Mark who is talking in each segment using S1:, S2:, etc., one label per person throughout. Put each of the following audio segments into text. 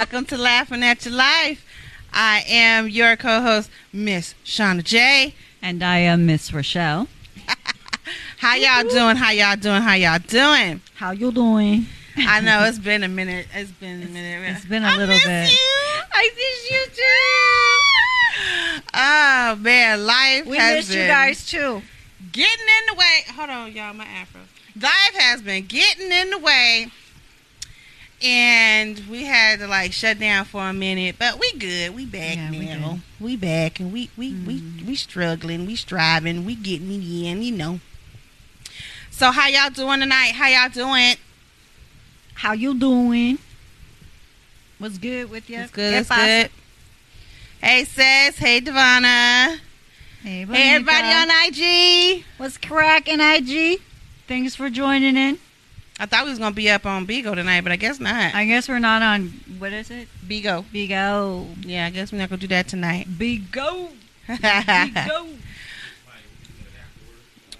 S1: Welcome to Laughing at Your Life. I am your co-host, Miss Shauna J.
S2: And I am Miss Rochelle.
S1: How y'all doing? How y'all doing? How y'all doing?
S2: How you doing?
S1: I know it's been a minute. It's been a minute.
S2: it's been a
S1: I
S2: little
S1: miss
S2: bit.
S1: You. I miss you too. Oh man, life
S3: We
S1: has
S3: missed
S1: been
S3: you guys too.
S1: getting in the way. Hold on, y'all, my afro. Life has been getting in the way, and we had to like shut down for a minute, but we good. We back
S2: Yeah,
S1: now.
S2: we Mm-hmm.
S1: We, back, and we we we we struggling. We striving. We getting it in. You know. So how y'all doing tonight? How y'all doing?
S2: How you doing? What's good with you?
S1: It's good. It's good. Hey, sis. Hey, Devana.
S2: Hey,
S1: Hey, everybody
S2: Bonica.
S1: on IG.
S2: What's cracking, IG? Thanks for joining in.
S1: I thought we was gonna be up on Bigo tonight, but I guess not.
S2: I guess we're not on, what is it?
S1: Bigo.
S2: Bigo.
S1: Yeah, I guess we're not gonna do that tonight.
S2: Bigo.
S1: All
S2: Bigo.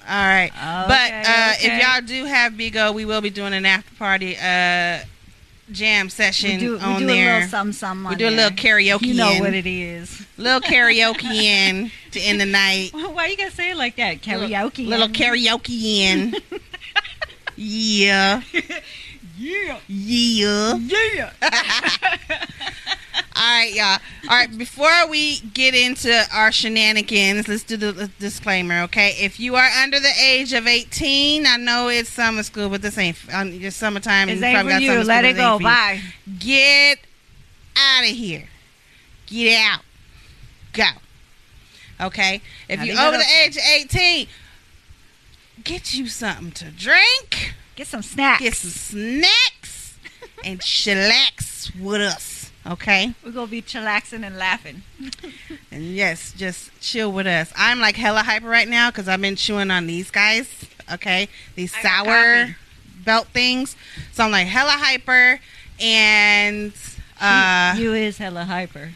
S1: right. but uh,
S2: Okay, okay.
S1: if y'all do have Bigo, we will be doing an after party uh, jam session
S2: we do, we
S1: on
S2: do a
S1: there.
S2: little something, something
S1: we
S2: on
S1: do a little
S2: there.
S1: karaoke.
S2: You know
S1: in,
S2: what it is.
S1: Little karaoke in to end the night.
S2: Why you gotta say it like that?
S1: Little-
S2: Karaoke.
S1: Little karaoke in. yeah.
S2: Yeah.
S1: Yeah.
S2: Yeah.
S1: All right, y'all. All right, before we get into our shenanigans, let's do the disclaimer, okay? If you are under the age of 18, I know it's summer school, but this ain't um, just summertime. and
S2: It's
S1: you
S2: ain't
S1: probably
S2: for
S1: got summer school,
S2: you. Let
S1: but
S2: it go.
S1: ain't for you.
S2: Bye.
S1: Get out of here. Get out. Go. Okay? If
S2: Now
S1: you're
S2: they got
S1: over the
S2: us there.
S1: age of 18, get you something to drink,
S2: Get some snacks.
S1: get some snacks, and chillax with us, okay?
S2: We're gonna be chillaxing and laughing.
S1: And yes, just chill with us. I'm like hella hyper right now because I've been chewing on these guys. Okay, these
S2: I got
S1: sour
S2: coffee.
S1: belt things. So I'm like hella hyper, and uh,
S2: you, you is hella hyper.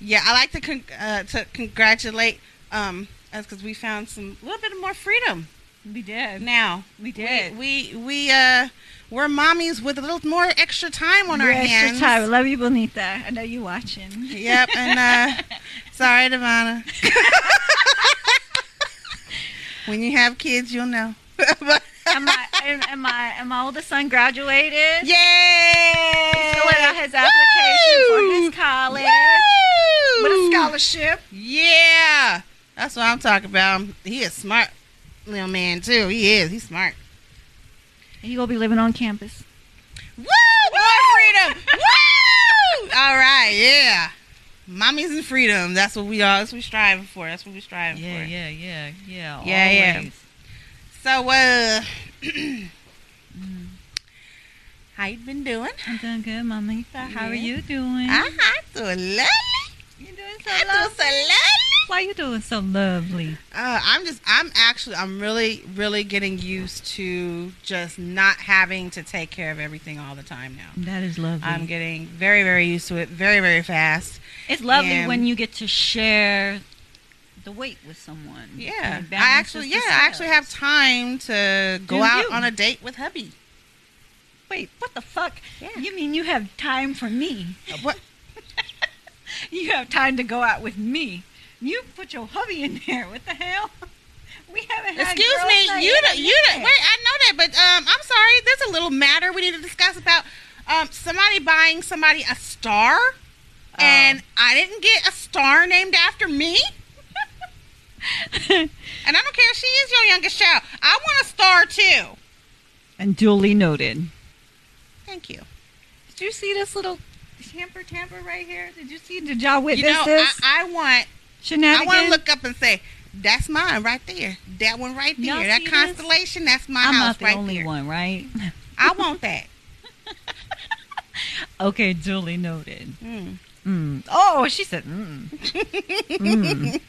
S1: yeah, I like to con- uh, to congratulate um us because we found some little bit more freedom
S2: We did.
S1: now.
S2: We
S1: We we, we uh we're mommies with a little more extra time on
S2: Your
S1: our
S2: extra
S1: hands.
S2: time. Love you, Bonita. I know you watching.
S1: Yep, and uh, sorry, Devana. when you have kids, you'll know.
S2: Am I? Am, am I? Am my oldest son graduated?
S1: Yay!
S2: He's filling out his application for his college
S1: Woo!
S2: with a scholarship.
S1: Yeah, that's what I'm talking about. He is smart, little man too. He is. He's smart.
S2: He gonna be living on campus.
S1: Woo! More freedom. Woo! All right. Yeah. Mommies and freedom. That's what we are. That's what we striving for. That's what we striving for.
S2: yeah, yeah, yeah.
S1: Yeah, So, uh, how you been doing?
S2: I'm doing good, Mamita. How are
S1: Yeah.
S2: you doing?
S1: I so lovely.
S2: You doing
S1: I
S2: so
S1: do
S2: lovely?
S1: so lovely.
S2: Why you doing so lovely?
S1: Uh, I'm just, I'm actually, I'm really, really getting used to just not having to take care of everything all the time now.
S2: That is lovely.
S1: I'm getting very, very used to it, very, very fast.
S2: It's lovely
S1: And-
S2: when you get to share the weight with someone.
S1: Yeah,
S2: And it
S1: I
S2: balances
S1: actually,
S2: the
S1: yeah, I actually have
S2: scales.
S1: time to go
S2: Do
S1: out
S2: you?
S1: on a date with hubby.
S2: Wait, what the fuck?
S1: Yeah.
S2: You mean you have time for me?
S1: What?
S2: You have time to go out with me? You put your hubby in there. What the hell? We haven't had.
S1: Excuse
S2: girls
S1: me,
S2: night
S1: you
S2: in
S1: don't,
S2: a
S1: you don't,
S2: minute.
S1: wait, I know that, but um, I'm sorry, there's a little matter we need to discuss about um, somebody buying somebody a star,
S2: Oh.
S1: and I didn't get a star named after me, and I don't care if she is your youngest child. I want a star too.
S2: and duly noted.
S1: Thank you.
S2: Did you see this little tamper tamper right here? Did you see? Did y'all witness
S1: you know,
S2: this?
S1: I, I want, I
S2: Shenanigans.
S1: want to look up and say, that's mine right there. That one right there.
S2: Y'all
S1: that
S2: see this?
S1: constellation, that's my
S2: I'm
S1: house
S2: not the
S1: right
S2: only
S1: there.
S2: one, right?
S1: I want that.
S2: Okay, duly noted.
S1: Mm.
S2: Mm. Oh, she said, mm. Mm.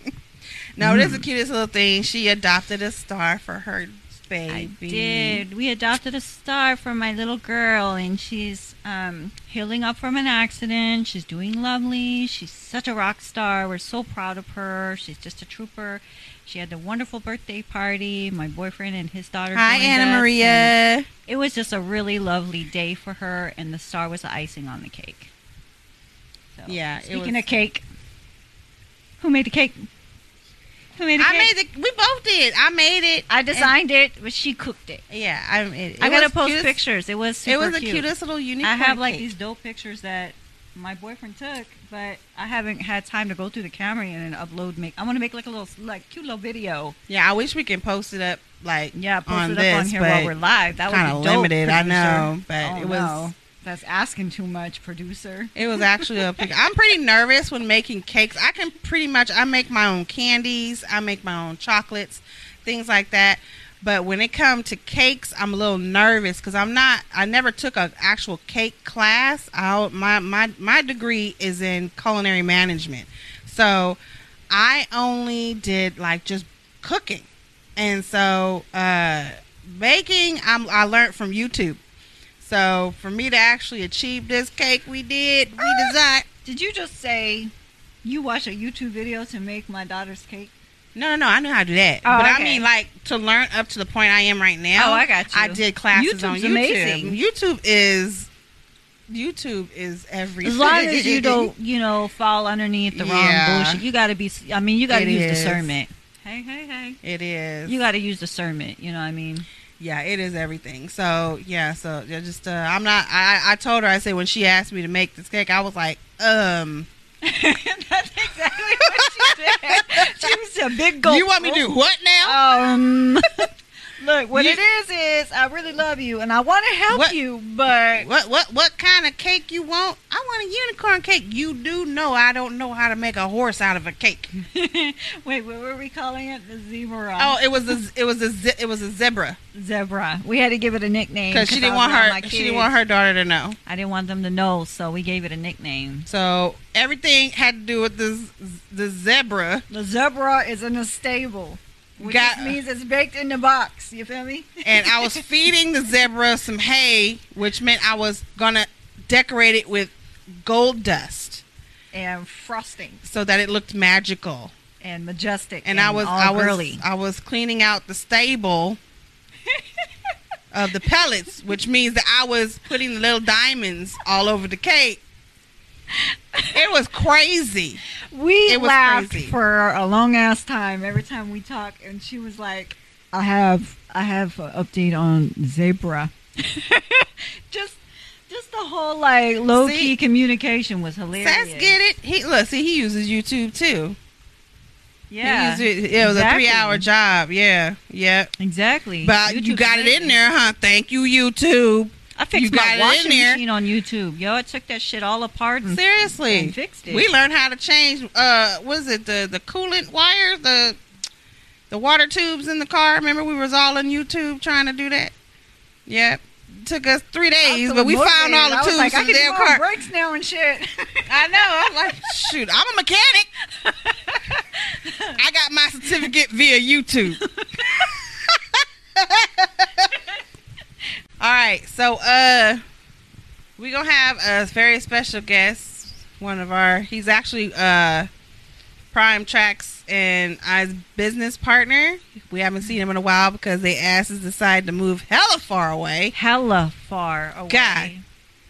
S1: No, this is the cutest little thing. She adopted a star for her
S2: I
S1: baby.
S2: did. We adopted a star for my little girl, and she's um, healing up from an accident. She's doing lovely. She's such a rock star. We're so proud of her. She's just a trooper. She had a wonderful birthday party. My boyfriend and his daughter.
S1: Hi,
S2: joined
S1: Anna
S2: us, and
S1: Maria.
S2: It was just a really lovely day for her, and the star was the icing on the cake. So
S1: Yeah, it
S2: Speaking
S1: was-
S2: of cake, who made the cake? Who made the
S1: I
S2: cake?
S1: made the. We both did. I made it.
S2: I designed it, but she cooked it.
S1: yeah, I. It, it
S2: I gotta
S1: was
S2: post
S1: cutest-
S2: pictures. It was super
S1: It was the
S2: cute.
S1: cutest little unicorn.
S2: I have like
S1: cake.
S2: these dope pictures that my boyfriend took, but I haven't had time to go through the camera and then upload. Make I want to make like a little like cute little video.
S1: Yeah, I wish we can post it up like
S2: Yeah, post
S1: on
S2: it up
S1: this,
S2: on here
S1: but
S2: while we're live. That
S1: kind of
S2: would be dope,
S1: limited. I
S2: producer.
S1: know, but
S2: Oh,
S1: it was.
S2: no. that's asking too much, producer.
S1: It was actually a pic. I'm pretty nervous when making cakes. I can pretty much I make my own candies, I make my own chocolates, things like that. But when it comes to cakes, I'm a little nervous because I'm not. I never took an actual cake class. I, my my my degree is in culinary management, so I only did like just cooking, and so uh, baking. I'm, I learned from YouTube. So for me to actually achieve this cake we did, we
S2: Ah.
S1: designed.
S2: Did you just say you watch a YouTube video to make my daughter's cake?
S1: No, no, no. I knew how to do that,
S2: Oh,
S1: but I
S2: okay.
S1: mean, like to learn up to the point I am right now.
S2: Oh, I got you.
S1: I did classes on
S2: YouTube's
S1: YouTube.
S2: amazing.
S1: YouTube is YouTube is everything.
S2: As long as you don't, you know, fall underneath the wrong
S1: Yeah.
S2: bullshit. You got to be. I mean, you got to
S1: It
S2: use
S1: is.
S2: discernment. Hey, hey, hey.
S1: It is.
S2: You got to use discernment. You know what I mean?
S1: yeah, it is everything. So yeah, so yeah, just uh, I'm not. I I told her I said when she asked me to make this cake, I was like, um,
S2: That's exactly what she did. She was a big goal.
S1: you want me to do what now?
S2: Um, look, what
S1: You-
S2: it is is I really love you and I want to help
S1: What-
S2: you, but
S1: What what what kind of cake you want? I want a unicorn cake. You do know I don't know how to make a horse out of a cake.
S2: wait, what were we calling it? The zebra.
S1: Oh, it was a it was a ze- it was a zebra
S2: zebra. We had to give it a nickname
S1: because she
S2: I
S1: didn't
S2: was
S1: want
S2: around my
S1: her she didn't
S2: kids.
S1: want her daughter to know.
S2: I didn't want them to know, so we gave it a nickname.
S1: So everything had to do with this the zebra,
S2: The zebra is in the stable, which
S1: Got-
S2: just means it's baked in the box. You feel me?
S1: and I was feeding the zebra some hay, which meant I was gonna decorate it with gold dust
S2: and frosting
S1: so that it looked magical.
S2: and majestic.
S1: And, I was
S2: all
S1: I was
S2: girly.
S1: I was cleaning out the stable. Of the pellets, which means that I was putting little diamonds all over the cake. It was crazy.
S2: We
S1: It was
S2: laughed
S1: crazy.
S2: for a long ass time every time we talk, and she was like, "I have, I have an update on zebra." just, just the whole like low key
S1: See?
S2: communication was hilarious.
S1: Sass get it. He look, see, he uses YouTube too.
S2: Yeah,
S1: he used it. It was
S2: exactly.
S1: a three-hour job. Yeah, yeah.
S2: Exactly.
S1: But you
S2: YouTube's
S1: got it in
S2: amazing.
S1: there, huh? Thank you, YouTube.
S2: I fixed
S1: You
S2: my
S1: got it in
S2: washing
S1: there.
S2: machine on YouTube. Yo, I took that shit all apart and
S1: Seriously,
S2: Mm. and fixed it.
S1: we learned how to change. Uh, was it the the coolant wires, the the water tubes in the car? Remember, we was all on YouTube trying to do that. Yep. Took us three
S2: I was
S1: days,
S2: so
S1: but we found
S2: motivated.
S1: all the
S2: I was
S1: tubes
S2: like,
S1: in
S2: I
S1: the
S2: can
S1: damn
S2: do my own
S1: car.
S2: brakes now and shit.
S1: I know. I'm like, shoot, I'm a mechanic. I got my certificate via YouTube. All right, so uh, we gonna have a very special guest. One of our, he's actually uh, Prime Tracks and I's business partner. We haven't seen him in a while because they asses decided to move hella far away.
S2: Hella far away.
S1: God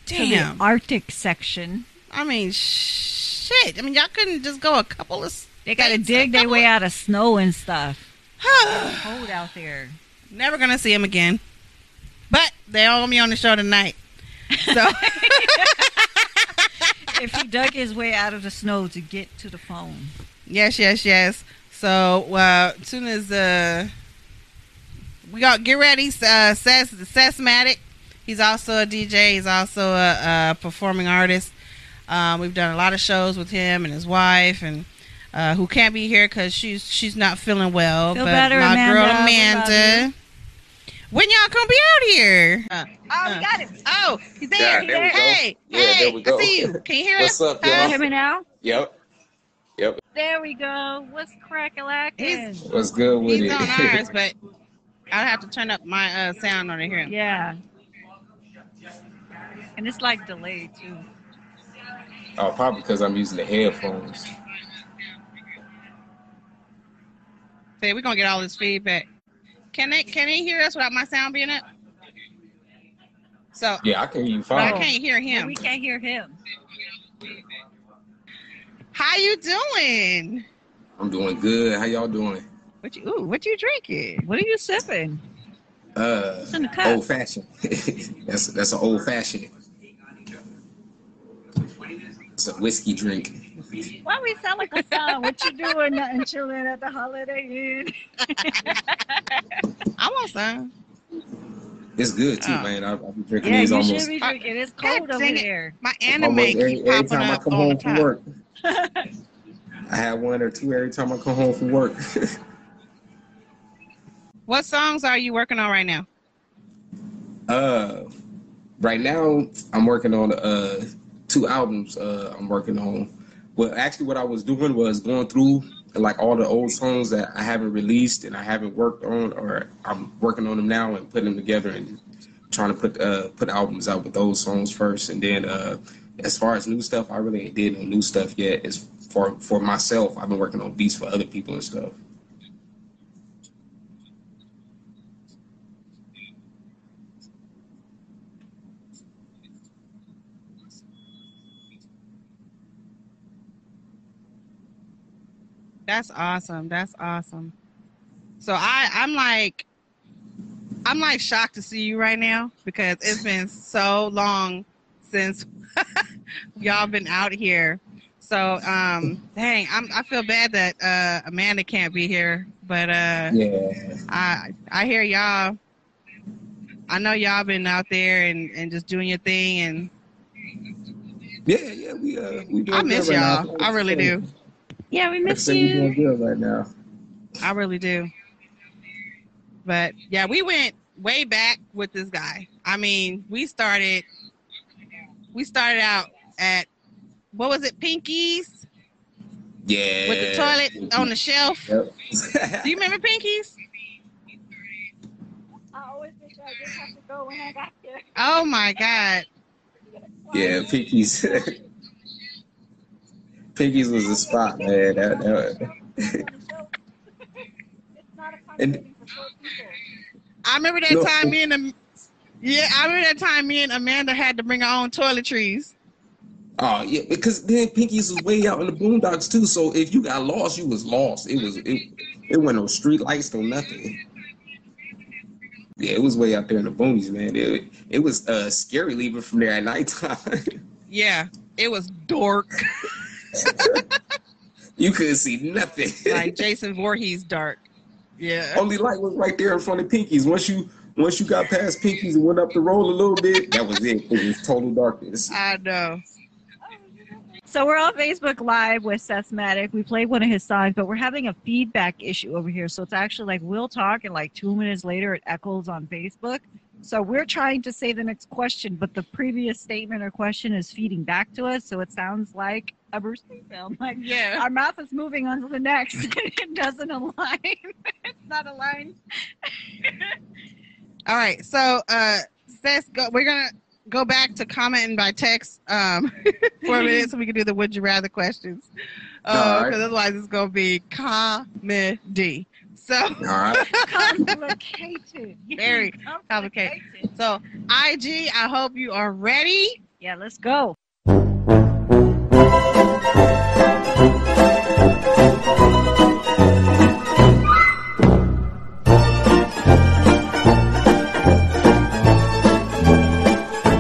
S2: To
S1: Damn.
S2: the Arctic section.
S1: I mean, shit. I mean, y'all couldn't just go a couple of.
S2: They got to
S1: states, a
S2: dig their
S1: couple
S2: way
S1: of-
S2: out of snow and stuff. Cold out there.
S1: Never gonna see him again. But they owe me on the show tonight. So
S2: If he dug his way out of the snow to get to the phone.
S1: yes, yes, yes. So uh, as soon as uh, we got get ready, uh, Sess Sessmatic. He's also a DJ. He's also a, a performing artist. Um, we've done a lot of shows with him and his wife, and uh, who can't be here because she's she's not feeling well.
S2: Feel
S1: but
S2: better,
S1: my girl
S2: Amanda. We love
S1: Amanda. When y'all gonna be out here? Uh,
S4: Oh, we got it.
S1: Oh, he's there.
S4: Yeah,
S1: he's
S4: there we go.
S1: Hey,
S4: Yeah,
S1: hey,
S4: there we go.
S1: I see you. Can you hear us?
S4: What's up,
S1: Hi.
S4: y'all?
S2: You hear me now?
S4: Yep.
S2: There we go. What's crack a
S1: He's-
S4: What's good with
S1: He's
S4: it?
S1: on ours, but I'll have to turn up my uh, sound on here.
S2: Yeah. And it's like delayed too.
S4: oh, probably because I'm using the headphones.
S1: See, we're gonna get all this feedback. Can they can they hear us without my sound being up? So
S4: Yeah, I can hear you
S1: but I
S4: fine.
S1: can't hear
S2: Yeah,
S1: him.
S2: we can't hear him.
S1: How you doing?
S4: I'm doing good. How y'all doing?
S2: What you? Ooh, what you drinking? What are you sipping?
S4: Uh,
S5: It's in the cup.
S4: old fashioned. that's that's an old fashioned. It's a whiskey drink.
S2: Why we sound like a song? What you doing? Nothing chilling at the Holiday Inn.
S1: I want some.
S4: It's good too,
S1: Oh.
S4: man. I, I be drinking
S2: Yeah,
S4: these
S2: you
S4: almost
S2: should be drinking. It's
S1: God
S2: cold
S1: dang
S2: over
S1: it.
S2: there.
S1: My anime
S4: almost every,
S1: keep
S4: every
S1: popping
S4: time I
S1: up
S4: come
S1: on
S4: home
S1: the
S4: from
S1: top.
S4: work. I have one or two every time I come home from work.
S1: What songs are you working on right now?
S4: uh, right now I'm working on uh two albums. Uh, I'm working on. Well, actually, what I was doing was going through like all the old songs that I haven't released and I haven't worked on, or I'm working on them now and putting them together and trying to put uh put albums out with those songs first, and then uh as far as new stuff, I really ain't did no new stuff yet. As for for myself, I've been working on beats for other people and stuff.
S1: That's awesome. That's awesome. So I, I'm like, I'm like shocked to see you right now because it's been so long since y'all been out here. So, um, dang, I'm, I feel bad that uh, Amanda can't be here, but uh,
S4: Yeah,
S1: I, I hear y'all. I know y'all been out there and, and just doing your thing, and
S4: yeah, yeah. We uh, we doing
S1: I miss
S4: good right now.
S1: y'all. I really do.
S2: Yeah, we
S4: Like I
S2: miss
S4: said, we doing
S2: you.
S4: good right now.
S1: I really do. But yeah, we went way back with this guy. I mean, we started we started out at what was it, Pinkies?
S4: Yeah.
S1: With the toilet on the shelf. Do
S4: Yep.
S1: you remember Pinkies?
S2: I always wish I just have to go when I got there.
S1: Oh my god.
S4: yeah, Pinky's. Pinky's was a spot, man. That, that, And-
S1: I remember that
S4: No.
S1: time me and Am- yeah, I remember that time me and Amanda had to bring our own toiletries.
S4: oh yeah, because then Pinky's was way out in the boondocks too. So if you got lost, you was lost. It was it. It wasn't no street lights, no nothing. Yeah, it was way out there in the boonies, man. It, it was uh, scary leaving from there at nighttime.
S1: Yeah, it was dark,
S4: you couldn't see nothing.
S1: like Jason Voorhees dark. Yeah.
S4: Only light was right there in front of Pinky's. Once you once you got past Pinky's and went up the road a little bit, that was it. It was total darkness.
S1: I know.
S2: So we're on Facebook Live with Seth Maddock. We played one of his songs, but we're having a feedback issue over here. So it's actually like we'll talk, and like two minutes later, it echoes on Facebook. So we're trying to say the next question, but the previous statement or question is feeding back to us. So it sounds like a Bruce Lee film. Like
S1: Yeah.
S2: our mouth is moving on to the next. it doesn't align. it's not aligned.
S1: All right. So, uh, Seth, go, we're gonna go back to commenting by text um, for a minute so we can do the would you rather questions. Because
S4: All right.
S1: otherwise, it's gonna be comedy. So,
S4: All right.
S2: Complicated.
S1: Very so IG, I hope you are ready.
S2: Yeah, let's go.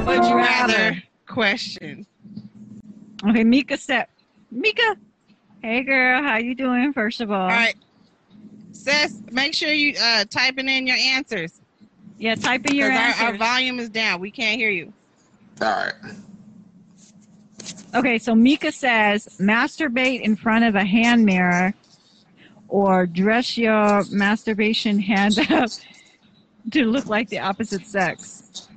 S1: Would you rather question?
S2: Okay, Mika step. Mika. Hey girl, how you doing first of all?
S1: All right. Seth, make sure you uh, typing in your answers
S2: Yeah, type in your
S1: because our, our
S2: answers.
S1: volume is down. We can't hear you.
S4: All right.
S2: okay, so Mika says masturbate in front of a hand mirror or dress your masturbation hand up to look like the opposite sex.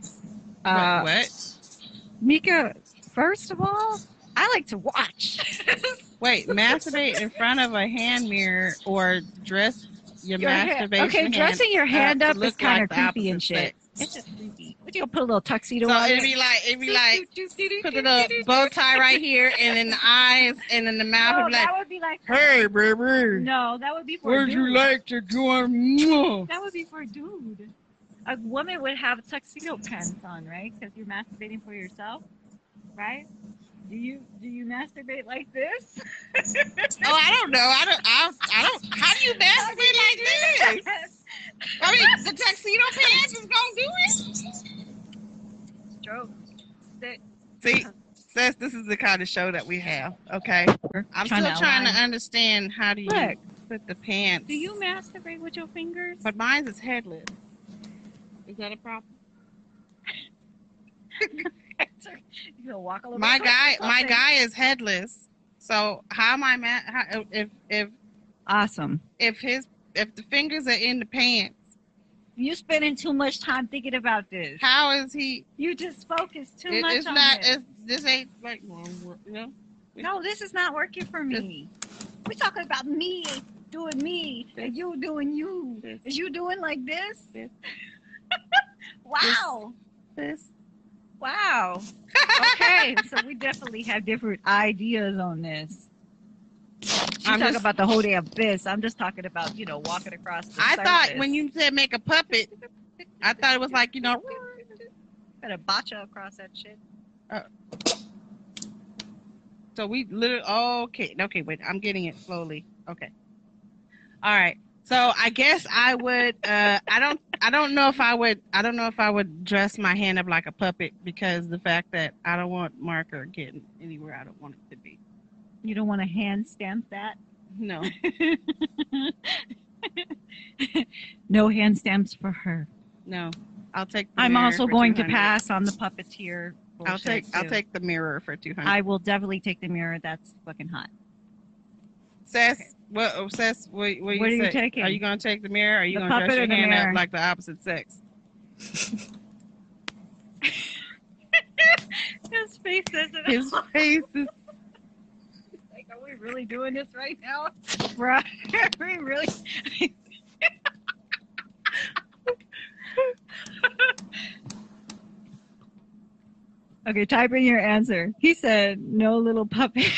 S2: Uh,
S1: Wait, what?
S2: Mika, first of all, I like to watch.
S1: Wait, masturbate in front of a hand mirror or dress your,
S2: Your hand-
S1: masturbation.
S2: okay,
S1: hand
S2: dressing your hand
S1: to
S2: up is
S1: look
S2: kind
S1: like
S2: of
S1: the opposite
S2: creepy and shit.
S1: sex.
S2: It's just creepy. What you gonna put a little tuxedo
S1: So
S2: on?
S1: it'd be like it'd be like put a little bow tie right here and then the eyes and then the mouth
S2: No,
S1: would be like,
S2: that would be like.
S1: Hey baby,
S2: No, that would be for.
S1: where'd
S2: dudes.
S1: you like to go on Mwah."
S2: That would be for a dude. A woman would have tuxedo pants on, right? Because you're masturbating for yourself, right? Do you do you masturbate like this?
S1: Oh, I don't know. I don't. I, I don't. How do you masturbate like this? I mean, the tuxedo pants is gonna do it.
S2: Stroke. Sit.
S1: See, sis, this is the kind of show that we have. Okay, I'm still trying to understand how do you
S2: Look,
S1: put the pants.
S2: do you masturbate with your fingers?
S1: But mine is headless. Is that a problem?
S2: you gonna walk a little
S1: My
S2: quick or
S1: guy, my
S2: something?
S1: guy is headless. So how am I? Ma- how, if if
S2: Awesome.
S1: if his if the fingers are in the pants,
S2: You spending too much time thinking about this.
S1: how is he?
S2: You just focus too
S1: it-
S2: much
S1: it's
S2: on
S1: not.
S2: it.
S1: It's, this ain't like you know.
S2: No, this is not working for me. We're talking about me doing me and you doing you.
S1: This-
S2: Is you doing like this?
S1: this-
S2: wow.
S1: This
S2: Wow. Okay, so we definitely have different ideas on this. She's
S1: I'm
S2: talking
S1: just-
S2: about the whole damn abyss. I'm just talking about, you know, walking across the
S1: I thought
S2: surface.
S1: when you said make a puppet, I thought it was like you know.
S2: Better botcha across that shit.
S1: So we literally okay, okay, wait, I'm getting it slowly. Okay. All right. So I guess I would uh I don't I don't know if I would I don't know if I would dress my hand up like a puppet because the fact that I don't want marker getting anywhere I don't want it to be.
S2: You don't want to hand stamp that?
S1: No.
S2: No hand stamps for her.
S1: No. I'll take the
S2: I'm
S1: mirror
S2: also
S1: for
S2: going to
S1: 200.
S2: pass on the puppeteer.
S1: I'll
S2: bullshit,
S1: take I'll
S2: too.
S1: take the mirror for 200.
S2: I will definitely take the mirror. That's fucking hot.
S1: Sess,
S2: Okay.
S1: what, oh, Sess, what, what,
S2: What are
S1: you
S2: you
S1: say?
S2: taking?
S1: Are you gonna take the mirror? Or are you
S2: The
S1: gonna dress
S2: puppet
S1: your
S2: or the
S1: hand
S2: mirror?
S1: up like the opposite sex?
S2: His face isn't.
S1: His face is
S2: like, are we really doing this right now, Bruh, Are we really? okay, type in your answer. He said, "No little puppet."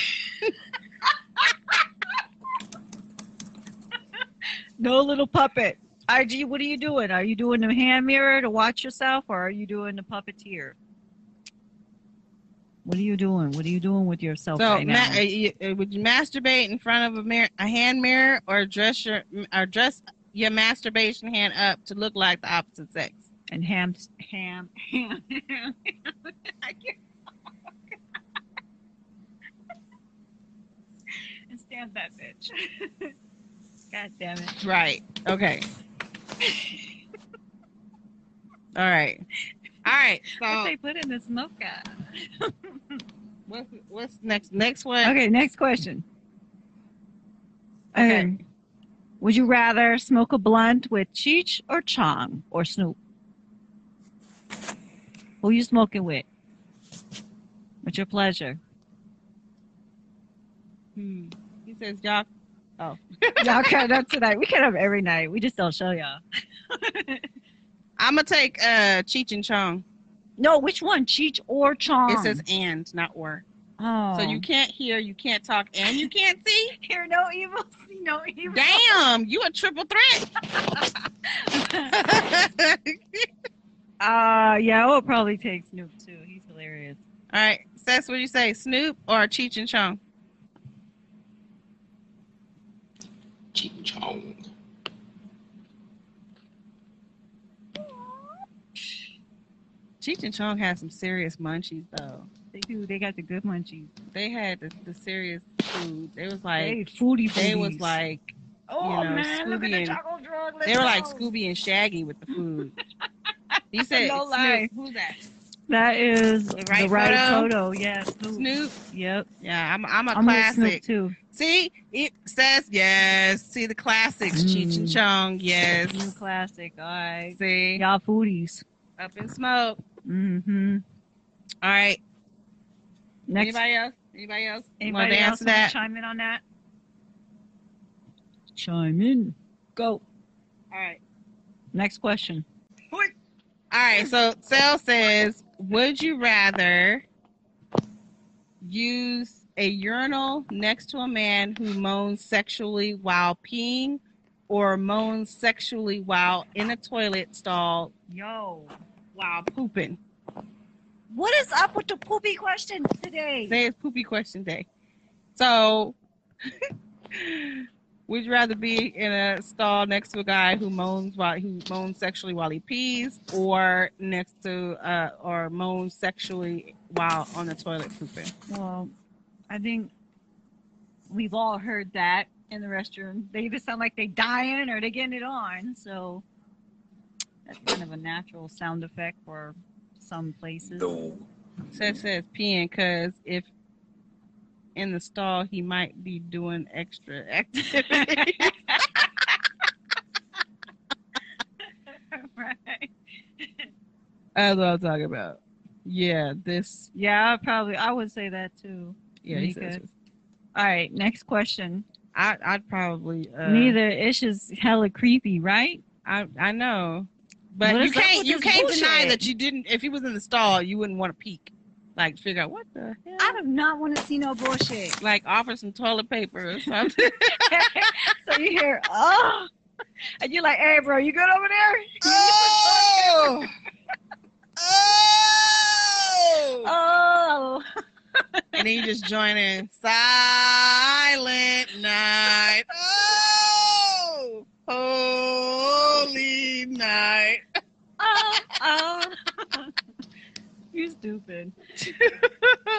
S2: no little puppet. RG, what are you doing? Are you doing the hand mirror to watch yourself, or are you doing the puppeteer? What are you doing? What are you doing with yourself
S1: so.
S2: right
S1: ma-
S2: now?
S1: uh, you- uh, would you masturbate in front of a mirror, a hand mirror, or dress your or dress your masturbation hand up to look like the opposite sex?
S2: and ham, ham, ham, ham. I can't. and stamp that bitch. God damn it.
S1: Right. Okay. All right. All right.
S2: What
S1: So
S2: they put in this mocha?
S1: what's, what's next? Next one.
S2: Okay, next question.
S1: Okay.
S2: Um, would you rather smoke a blunt with Cheech or Chong or Snoop? Who you smoking with? What's your pleasure?
S1: Hmm. He says, "Y'all." Oh.
S2: y'all can't have tonight. We can't have every night. We just don't show y'all.
S1: I'm gonna take uh Cheech and Chong.
S2: No, which one? Cheech or Chong?
S1: It says and, not or.
S2: oh.
S1: So you can't hear, you can't talk, and you can't see.
S2: hear no evil, see no evil.
S1: Damn, you a triple threat.
S2: Uh, yeah, I will probably take Snoop too. He's hilarious.
S1: All right, Sess, what do you say, Snoop or Cheech and Chong?
S4: Cheech Chong.
S1: Cheech and Chong had some serious munchies though.
S2: They do. They got the good munchies.
S1: They had the, the serious food. They was
S2: They
S1: like,
S2: foodie
S1: they was
S2: foodies.
S1: like,
S2: oh
S1: know,
S2: man, look at
S1: Scooby
S2: the
S1: and-
S2: chocolate drug. Let's
S1: they were like
S2: go.
S1: Scooby and Shaggy with the food. You said
S2: No
S1: Snoop.
S2: lie.
S1: Who's that?
S2: That is the
S1: The
S2: right,
S1: right
S2: photo.
S1: photo.
S2: Yeah, Snoop.
S1: Snoop.
S2: Yep.
S1: Yeah, I'm I'm a
S2: I'm with Snoop
S1: classic.
S2: too.
S1: See, it says yes. See the classics, Cheech and
S2: Mm.
S1: Chong. Yes.
S2: I'm classic. All right.
S1: See,
S2: Y'all foodies.
S1: up in smoke.
S2: Mm-hmm.
S1: All right.
S2: Next.
S1: Anybody else? Anybody else? Want
S2: Anybody
S1: to
S2: else
S1: answer
S2: want
S1: that?
S2: to chime in on that? Chime in. Go.
S1: All right.
S2: Next question.
S1: All right. So Sel says, would you rather use a urinal next to a man who moans sexually while peeing, or moans sexually while in a toilet stall
S2: Yo.
S1: while pooping?
S2: What is up with the poopy question today?
S1: Today is poopy question day. So, would you rather be in a stall next to a guy who moans while who moans sexually while he pees, or next to uh, or moans sexually while on the toilet pooping?
S2: Well, I think we've all heard that in the restroom. They either sound like they dying or they getting it on. So that's kind of a natural sound effect for some places.
S4: No.
S1: Seth says peeing because if in the stall he might be doing extra activity.
S2: right.
S1: That's what I'm talking about. Yeah, this.
S2: Yeah, I probably I would say that too.
S1: Yeah, he
S2: Mika.
S1: says
S2: All right, next question.
S1: I, I'd probably uh,
S2: Neither it's just hella creepy, right?
S1: I I know, but
S2: What
S1: you
S2: is up
S1: can't
S2: with
S1: you
S2: this
S1: can't deny
S2: bullshit?
S1: that you didn't. If he was in the stall, you wouldn't want to peek, like figure out what the hell.
S2: I do not want to see no bullshit.
S1: like offer some toilet paper or something.
S2: so you hear, oh, and you're like, hey, bro, you good over there?
S6: Oh! oh!
S2: Oh,
S1: and then you just join in.
S6: Silent night. Oh! Holy night.
S2: oh, oh. you stupid.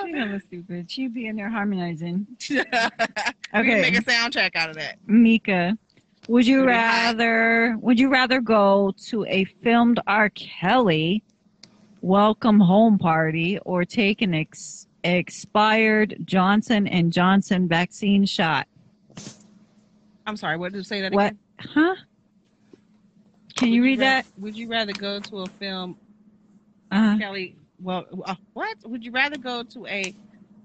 S2: You're hella stupid. She'd be in there harmonizing.
S6: we can make a soundtrack out of that.
S2: Mika, would you
S6: Pretty hot.
S2: rather would you rather go to a filmed R. Kelly welcome home party or take an ex- expired Johnson and Johnson vaccine shot?
S1: I'm sorry. What did you say that
S2: What?
S1: again?
S2: Huh? Can you
S1: Would
S2: read
S1: ra-
S2: that?
S1: Would you rather go to a film,
S2: Uh,
S1: Kelly? Well, uh, what? Would you rather go to a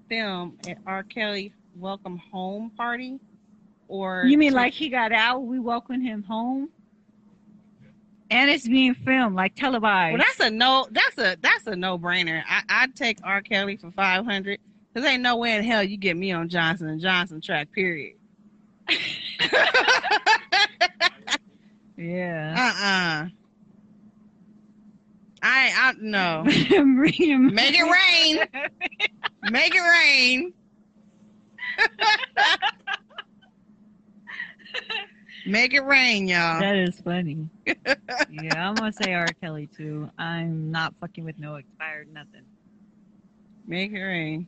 S1: film at R. Kelly Welcome Home Party, or
S2: you mean
S1: to-
S2: like he got out? We welcomed him home, and it's being filmed, like televised.
S1: Well, that's a no. That's a that's a no brainer. I I'd take R. Kelly for five hundred. Cause ain't no way in hell you get me on Johnson and Johnson track. Period.
S2: yeah.
S1: Uh uh I I no.
S2: Read him.
S6: Make it rain. Make it rain. Make it rain, y'all.
S2: That is funny. yeah, I'm gonna say R. Kelly too. I'm not fucking with no expired nothing.
S1: Make it rain.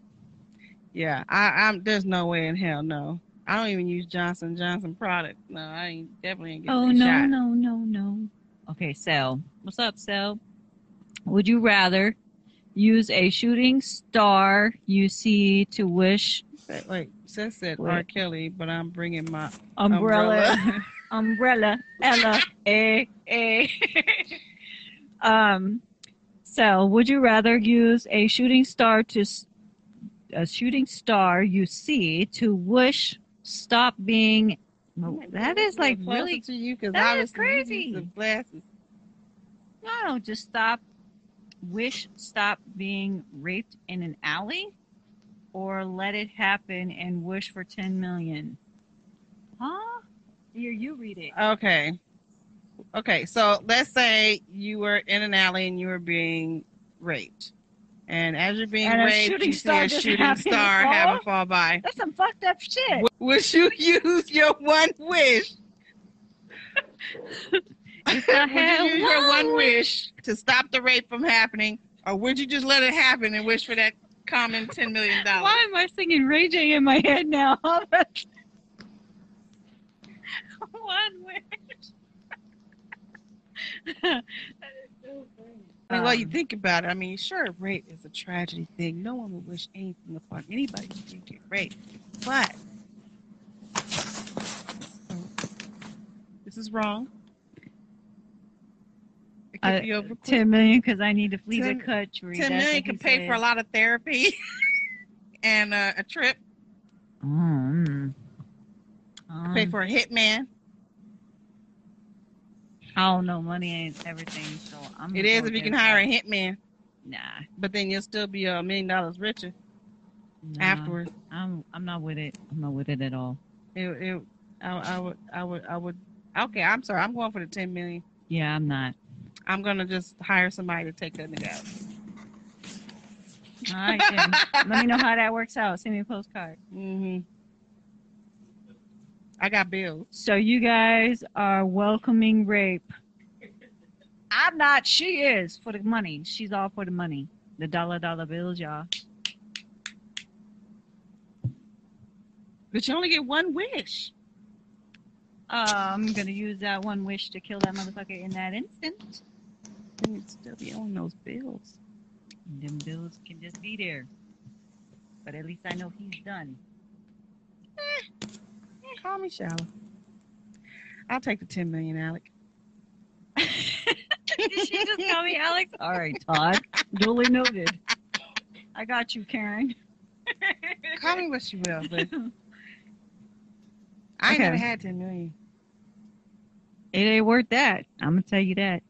S1: Yeah, I I'm there's no way in hell no. I don't even use Johnson and Johnson product. No, I ain't definitely ain't getting
S2: Oh
S1: that
S2: no,
S1: shot.
S2: no, no, no. Okay, Sal. What's up, Sal? Would you rather use a shooting star you see to wish
S1: Wait, Wait, Seth said
S2: What?
S1: R. Kelly, but I'm bringing my
S2: umbrella umbrella Ella A A Um so would you rather use a shooting star to s- a shooting star you see to wish stop being no, that is like
S1: Closer
S2: really
S1: to you because
S2: that is
S1: obviously you use
S2: crazy.
S1: the glasses.
S2: no just stop wish stop being raped in an alley or let it happen and wish for 10 million huh Uh, here you read it
S1: Okay. Okay, so let's say you were in an alley and you were being raped. And as you're being
S2: And a
S1: raped,
S2: shooting
S1: you see
S2: star
S1: a
S2: just
S1: shooting
S2: happened to
S1: star
S2: fall?
S1: have a fall by.
S2: that's some fucked up shit
S1: W- Would you use your one wish? would you use your one wish to stop the rape from happening, or would you just let it happen and wish for that common ten million dollars?
S2: Why am I singing Ray J in my head now? One wish.
S1: I mean, well, you
S2: Um,
S1: think about it. I mean, sure, rape is a tragedy thing. No one would wish anything upon anybody to get raped. But this is wrong. It could
S2: Uh,
S1: be over quick.
S2: Ten million because I need to flee
S1: Ten-
S2: the country.
S1: Ten million could pay for a lot of therapy and uh, a trip.
S2: Mm.
S1: pay
S2: Um,
S1: for a hitman.
S2: I don't know. Money ain't everything, so I'm.
S1: It
S2: gonna
S1: is
S2: go
S1: if you
S2: with
S1: can
S2: that.
S1: hire a hitman,
S2: Nah,
S1: but then you'll still be a million dollars richer
S2: nah.
S1: afterwards.
S2: I'm. I'm not with it. I'm not with it at all.
S1: It, it, I, I would, I would, I would. Okay, I'm sorry. I'm going for the ten million.
S2: Yeah, I'm not.
S1: I'm gonna just hire somebody to take that nigga out.
S7: All right, then.
S2: Let me know how that works out. Send me a postcard.
S1: hmm I got bills.
S2: So you guys are welcoming rape. I'm not. She is for the money. She's all for the money. The dollar dollar bills, y'all.
S1: But you only get one wish.
S7: Uh, I'm gonna use that one wish to kill that motherfucker in that instant.
S1: And you still be on those bills.
S7: And them bills can just be there. But at least I know he's done.
S1: Call me shallow. I'll take the ten million, Alec.
S7: Did she just call me Alex?
S2: All right, Todd. Duly noted. I got you, Karen.
S1: Call me what you will, but I ain't
S2: Okay.
S1: never had ten million.
S2: It ain't worth that. I'm gonna tell you that.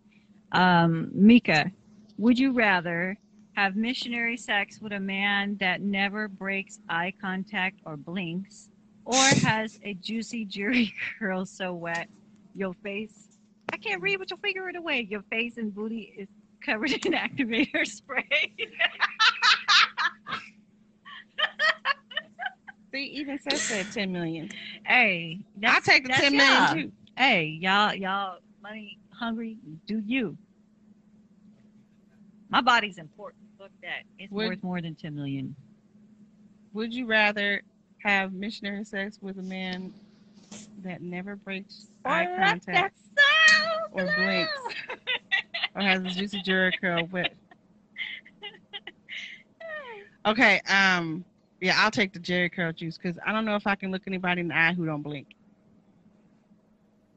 S2: Um, Mika, would you rather have missionary sex with a man that never breaks eye contact or blinks, or has a juicy jury curl so wet your face? I can't read, but you'll figure it away. Your face and booty is covered in activator spray.
S1: See, even Seth said ten million.
S2: hey,
S1: I'll
S2: that's,
S1: take the
S2: that's
S1: ten million
S2: y'all.
S1: too.
S2: Hey, y'all, y'all, money hungry, do you? My body's important. Fuck that. It's
S1: Would-
S2: worth more than ten million.
S1: Would you rather have missionary sex with a man that never breaks eye
S2: Fuck
S1: contact
S2: so
S1: or blinks or has a juicy jury curl wet? Okay, um, yeah, I'll take the jerry curl juice because I don't know if I can look anybody in the eye who don't blink.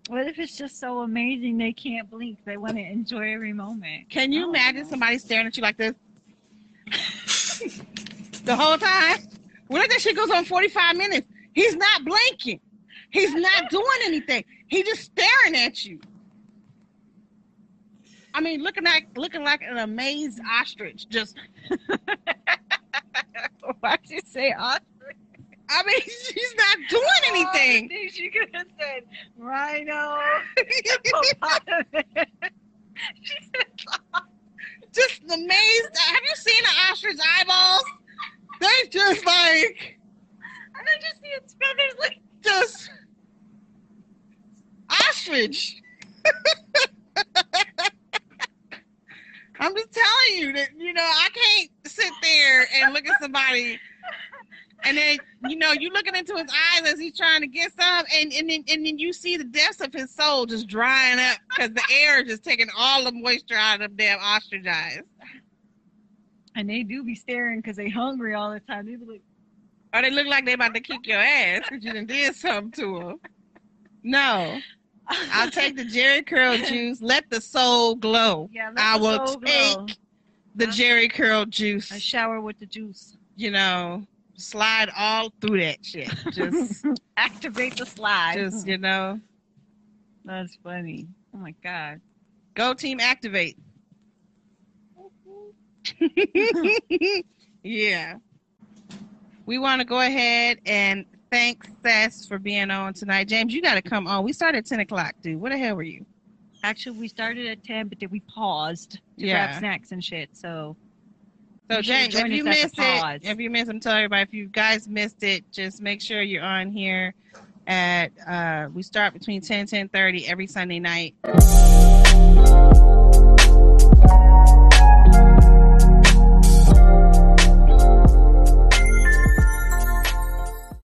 S2: What if it's just so amazing they can't blink? They want to enjoy every moment.
S1: Can you
S2: Oh,
S1: imagine
S2: no.
S1: somebody staring at you like this the whole time? What if that shit goes on 45 minutes? He's not blinking. He's not doing anything. He just staring at you. I mean, looking like looking like an amazed ostrich. Just
S2: Why'd you say awesome?
S1: I mean, she's not
S2: Oh,
S1: doing anything.
S2: things you could have said. Rhino. hippopotamus.
S1: just amazed. Have you seen an ostrich eyeballs? They're just like
S2: and I just see its feathers like
S1: just ostrich. I'm just telling you that you know I can't sit there and look at somebody, and then you know you looking into his eyes as he's trying to get some, and and then, and then you see the depths of his soul just drying up because the air is just taking all the moisture out of them damn ostrich eyes.
S2: And they do be staring because they hungry all the time. They be like,
S1: Or they look like they about to kick your ass because you done did something to them. No, I'll take the Jerry curl juice. Let the soul glow.
S2: Yeah, let
S1: I
S2: the
S1: will
S2: soul
S1: take
S2: glow.
S1: the Jerry curl
S2: a
S1: juice.
S2: shower with the juice.
S1: You know, slide all through that shit. Just,
S2: Activate the slide.
S1: just you know,
S2: That's funny. Oh my god.
S1: go team activate. yeah. We want to go ahead and thank Sess for being on tonight. James, you got to come on. We started at 10 o'clock, dude. Where the hell were you?
S2: Actually, we started at ten, but then we paused to grab snacks and shit. So
S1: So
S2: You should've
S1: James, if
S2: joined
S1: you
S2: us at the
S1: missed it,
S2: pause.
S1: if you missed, I'm telling everybody. If you guys missed it, just make sure you're on here. At uh, we start between 10 and 10:30 every Sunday night.